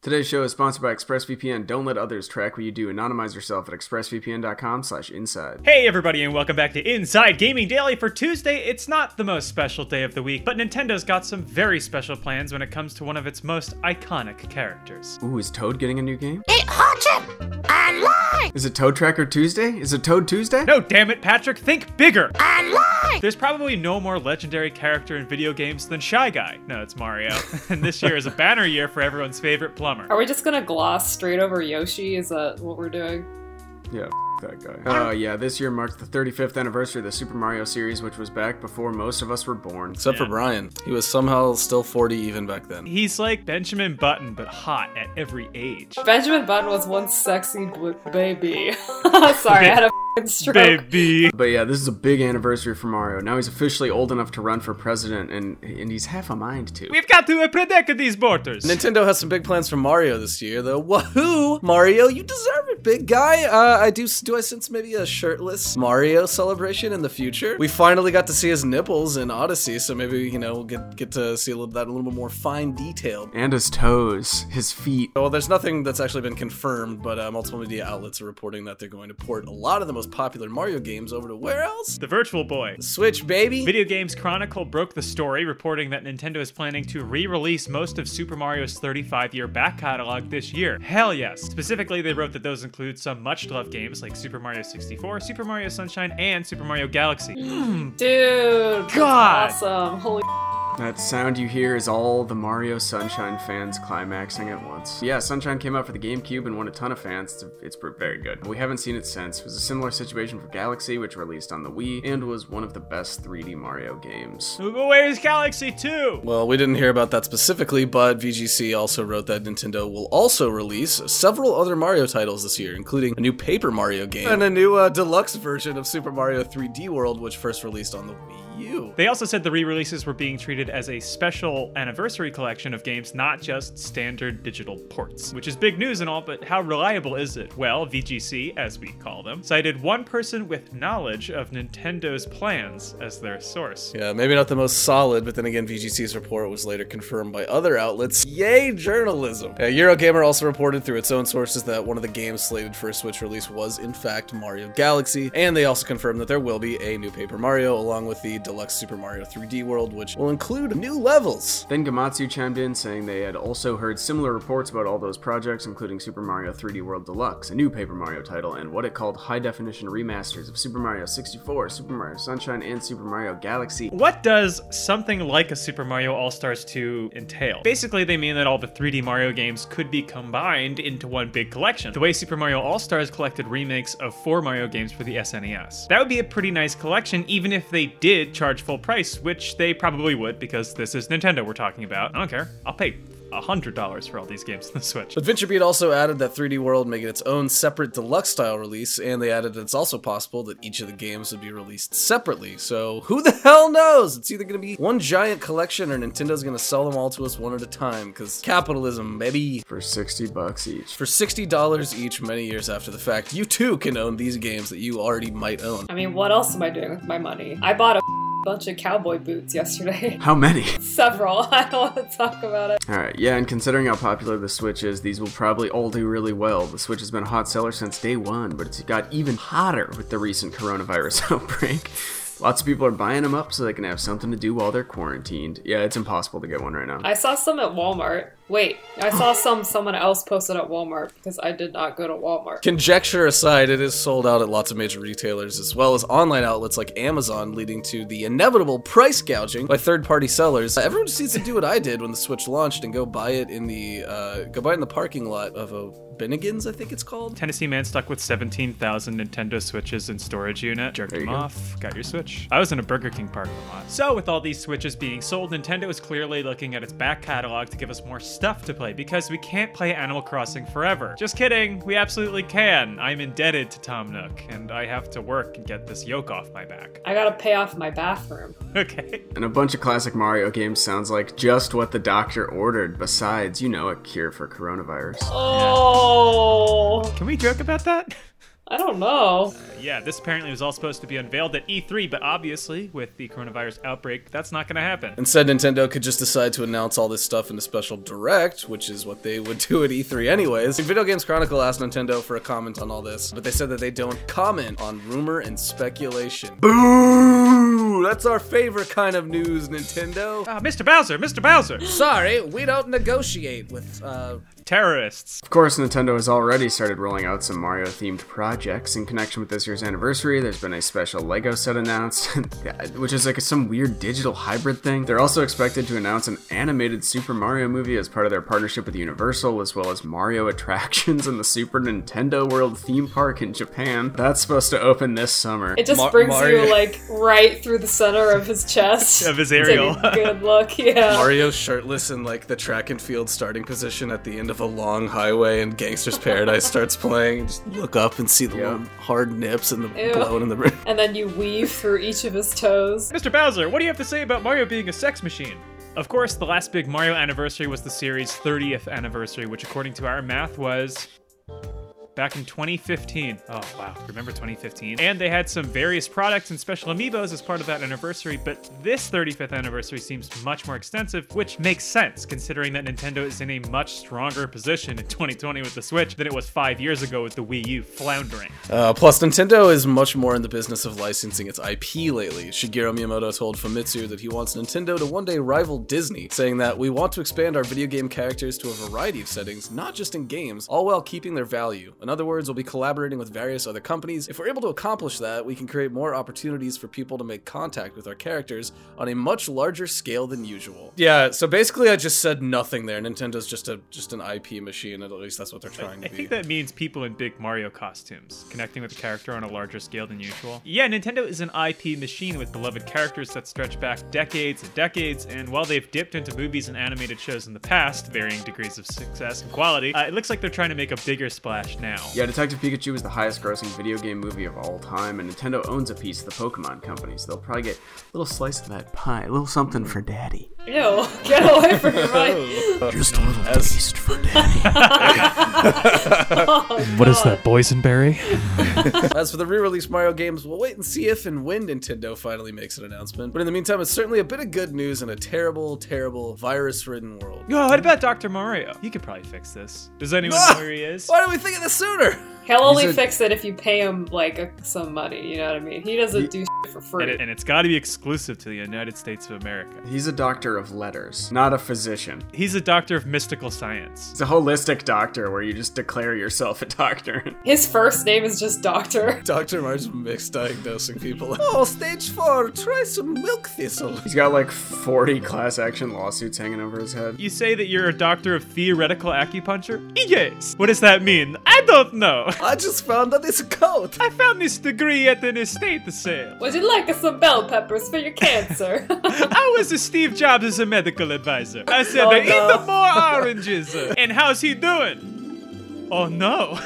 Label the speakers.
Speaker 1: Today's show is sponsored by ExpressVPN. Don't let others track what you do. Anonymize yourself at expressvpn.com slash inside.
Speaker 2: Hey, everybody, and welcome back to Inside Gaming Daily for Tuesday. It's not the most special day of the week, but Nintendo's got some very special plans when it comes to one of its most iconic characters.
Speaker 1: Ooh, is Toad getting a new game?
Speaker 3: It hurts him! I lied!
Speaker 1: Is it Toad Tracker Tuesday? Is it Toad Tuesday?
Speaker 2: No, damn it, Patrick, think bigger!
Speaker 3: I lied!
Speaker 2: There's probably no more legendary character in video games than Shy Guy. No, it's Mario. and this year is a banner year for everyone's favorite plumber.
Speaker 4: Are we just gonna gloss straight over Yoshi? Is that what we're doing?
Speaker 1: Yeah, f- that guy. Uh, yeah, this year marks the 35th anniversary of the Super Mario series, which was back before most of us were born.
Speaker 5: Except for Brian. He was somehow still 40 even back then.
Speaker 2: He's like Benjamin Button, but hot at every age.
Speaker 4: Benjamin Button was one sexy blue baby. Sorry, I had a fing stroke.
Speaker 2: Baby.
Speaker 1: But yeah, this is a big anniversary for Mario. Now he's officially old enough to run for president, and and he's half a mind to.
Speaker 2: We've got to protect these borders.
Speaker 5: Nintendo has some big plans for Mario this year, though. Wahoo! Mario, you deserve it, big guy. Uh, I do. Do I sense maybe a shirtless Mario celebration in the future? We finally got to see his nipples in Odyssey, so maybe you know we'll get get to see a little, that a little bit more fine detail.
Speaker 1: And his toes, his feet.
Speaker 5: Well, there's nothing that's actually been confirmed, but uh, multiple media outlets are reporting that they're going to port a lot of the most popular Mario games over to where else?
Speaker 2: The Virtual Boy.
Speaker 5: Switch, baby.
Speaker 2: Video Games Chronicle broke the story, reporting that Nintendo is planning to re release most of Super Mario's 35 year back catalog this year. Hell yes! Specifically, they wrote that those include some much loved games like Super Mario 64, Super Mario Sunshine, and Super Mario Galaxy.
Speaker 4: Dude, that's
Speaker 2: God.
Speaker 4: awesome. Holy
Speaker 1: That sound you hear is all the Mario Sunshine fans climaxing at once. Yeah, Sunshine came out for the GameCube and won a ton of fans. It's, it's very good. We haven't seen it since. It was a similar situation for Galaxy, which released on the Wii and was one of the best 3D Mario games.
Speaker 2: Where's Galaxy 2?
Speaker 5: Well, we didn't hear about that specifically, but VGC also wrote that Nintendo will also release several other Mario titles this year, including a new Paper Mario game and a new uh, deluxe version of Super Mario 3D World, which first released on the Wii U.
Speaker 2: They also said the re releases were being treated as a special anniversary collection of games, not just standard digital ports, which is big news and all, but how reliable is it? Well, VGC, as we call them, cited one person with knowledge of Nintendo's plans as their source.
Speaker 5: Yeah, maybe not the most solid, but then again, VGC's report was later confirmed by other outlets. Yay, journalism! Uh, Eurogamer also reported through its own sources that one of the games slated for a Switch release was, in fact, Mario Galaxy, and they also confirmed that there will be a new Paper Mario along with the deluxe Super Mario 3D World, which will include new levels.
Speaker 1: Then Gamatsu chimed in saying they had also heard similar reports about all those projects, including Super Mario 3D World Deluxe, a new Paper Mario title, and what it called high definition remasters of Super Mario 64, Super Mario Sunshine, and Super Mario Galaxy.
Speaker 2: What does something like a Super Mario All Stars 2 entail? Basically, they mean that all the 3D Mario games could be combined into one big collection, the way Super Mario All Stars collected remakes of four Mario games for the SNES. That would be a pretty nice collection, even if they did charge full price, which they probably would because this is Nintendo we're talking about. I don't care. I'll pay $100 for all these games on the Switch.
Speaker 5: Adventure Beat also added that 3D World making its own separate deluxe style release, and they added that it's also possible that each of the games would be released separately. So who the hell knows? It's either gonna be one giant collection or Nintendo's gonna sell them all to us one at a time, because capitalism, baby.
Speaker 1: For 60 bucks each.
Speaker 5: For $60 each many years after the fact, you too can own these games that you already might own.
Speaker 4: I mean, what else am I doing with my money? I bought a bunch of cowboy boots yesterday.
Speaker 1: How many?
Speaker 4: Several. I don't want to talk about it.
Speaker 1: Alright, yeah, and considering how popular the Switch is, these will probably all do really well. The Switch has been a hot seller since day one, but it's got even hotter with the recent coronavirus outbreak. Lots of people are buying them up so they can have something to do while they're quarantined. Yeah, it's impossible to get one right now.
Speaker 4: I saw some at Walmart. Wait, I saw some someone else posted at Walmart because I did not go to Walmart.
Speaker 5: Conjecture aside, it is sold out at lots of major retailers as well as online outlets like Amazon, leading to the inevitable price gouging by third-party sellers. Uh, Everyone just needs to do what I did when the Switch launched and go buy it in the uh, go buy it in the parking lot of a Bennigan's, I think it's called.
Speaker 2: Tennessee man stuck with 17,000 Nintendo Switches in storage unit. Jerked
Speaker 1: There you
Speaker 2: them
Speaker 1: go.
Speaker 2: off. Got your Switch. I was in a Burger King parking lot. So, with all these Switches being sold, Nintendo is clearly looking at its back catalog to give us more stuff to play because we can't play Animal Crossing forever. Just kidding. We absolutely can. I'm indebted to Tom Nook, and I have to work and get this yoke off my back.
Speaker 4: I gotta pay off my bathroom.
Speaker 2: Okay.
Speaker 1: And a bunch of classic Mario games sounds like just what the doctor ordered, besides, you know, a cure for coronavirus.
Speaker 4: Oh.
Speaker 2: Can we joke about that?
Speaker 4: I don't know.
Speaker 2: Yeah, this apparently was all supposed to be unveiled at E3, but obviously, with the coronavirus outbreak, that's not going to happen.
Speaker 5: Instead, Nintendo could just decide to announce all this stuff in a special direct, which is what they would do at E3 anyways. Video Games Chronicle asked Nintendo for a comment on all this, but they said that they don't comment on rumor and speculation. Boo! That's our favorite kind of news, Nintendo.
Speaker 2: Ah, Mr. Bowser, Mr. Bowser!
Speaker 5: Sorry, we don't negotiate with uh
Speaker 2: Terrorists.
Speaker 1: Of course, Nintendo has already started rolling out some Mario themed projects in connection with this year's anniversary. There's been a special Lego set announced, which is like some weird digital hybrid thing. They're also expected to announce an animated Super Mario movie as part of their partnership with Universal, as well as Mario attractions in the Super Nintendo World theme park in Japan. That's supposed to open this summer.
Speaker 4: It just
Speaker 5: Mar-
Speaker 4: brings
Speaker 5: Mario-
Speaker 4: you like right through the center of his chest.
Speaker 2: Of his
Speaker 4: It's
Speaker 2: aerial.
Speaker 4: like a good look, yeah.
Speaker 5: Mario shirtless in like the track and field starting position at the end of a long highway and Gangster's Paradise starts playing. Just look up and see the
Speaker 1: Yeah.
Speaker 5: little hard nips and the
Speaker 4: Ew.
Speaker 5: blowing in the room.
Speaker 4: and then you weave through each of his toes.
Speaker 2: Mr. Bowser, what do you have to say about Mario being a sex machine? Of course, the last big Mario anniversary was the series' 30th anniversary, which, according to our math, was back in 2015. Oh, wow. Remember 2015? And they had some various products and special amiibos as part of that anniversary, but this 35th anniversary seems much more extensive, which makes sense considering that Nintendo is in a much stronger position in 2020 with the Switch than it was five years ago with the Wii U floundering.
Speaker 5: Uh, plus, Nintendo is much more in the business of licensing its IP lately. Shigeru Miyamoto told Famitsu that he wants Nintendo to one day rival Disney, saying that we want to expand our video game characters to a variety of settings, not just in games, all while keeping their value. In other words, we'll be collaborating with various other companies. If we're able to accomplish that, we can create more opportunities for people to make contact with our characters on a much larger scale than usual. Yeah, so basically, I just said nothing there. Nintendo's just a just an IP machine, and at least that's what they're trying to
Speaker 2: I
Speaker 5: be.
Speaker 2: think that means people in big Mario costumes, connecting with the character on a larger scale than usual. Yeah, Nintendo is an IP machine with beloved characters that stretch back decades and decades, and while they've dipped into movies and animated shows in the past, varying degrees of success and quality, uh, it looks like they're trying to make a bigger splash now.
Speaker 1: Yeah, Detective Pikachu is the highest grossing video game movie of all time, and Nintendo owns a piece of the Pokemon company, so they'll probably get a little slice of that pie, a little something for daddy.
Speaker 4: Ew, get away from your mind.
Speaker 1: Just a little taste for daddy.
Speaker 4: Oh,
Speaker 2: What is that, boysenberry?
Speaker 5: As for the re-release Mario games, we'll wait and see if and when Nintendo finally makes an announcement. But in the meantime, it's certainly a bit of good news in a terrible, terrible virus-ridden world.
Speaker 2: Yo, Oh, what about Dr. Mario? You could probably fix this. Does anyone know where he is?
Speaker 5: Ah! Why don't we think of this sooner?
Speaker 4: He'll only
Speaker 1: He's a-
Speaker 4: fix it if you pay him like a, some money. You know what I mean? He doesn't do shit for
Speaker 2: And,
Speaker 4: free.
Speaker 2: it, and it's got to be exclusive to the United States of America.
Speaker 1: He's a doctor of letters, not a physician.
Speaker 2: He's a doctor of mystical science.
Speaker 1: It's a holistic doctor where you just declare yourself a doctor.
Speaker 4: His first name is just Doctor.
Speaker 5: Dr. Marge misdiagnosing people. Oh, stage four, try some milk thistle.
Speaker 1: He's got like 40 class action lawsuits hanging over his head.
Speaker 2: You say that you're a doctor of theoretical acupuncture? Yes. What does that mean? I don't know.
Speaker 5: I just found out it's a coat.
Speaker 2: I found this degree at an estate sale.
Speaker 4: Would you like some bell peppers for your cancer?
Speaker 2: I was a Steve Jobs as a medical advisor. I said,
Speaker 4: Oh,
Speaker 2: "Now eat
Speaker 4: no.
Speaker 2: the more oranges. and how's he doing? Oh no.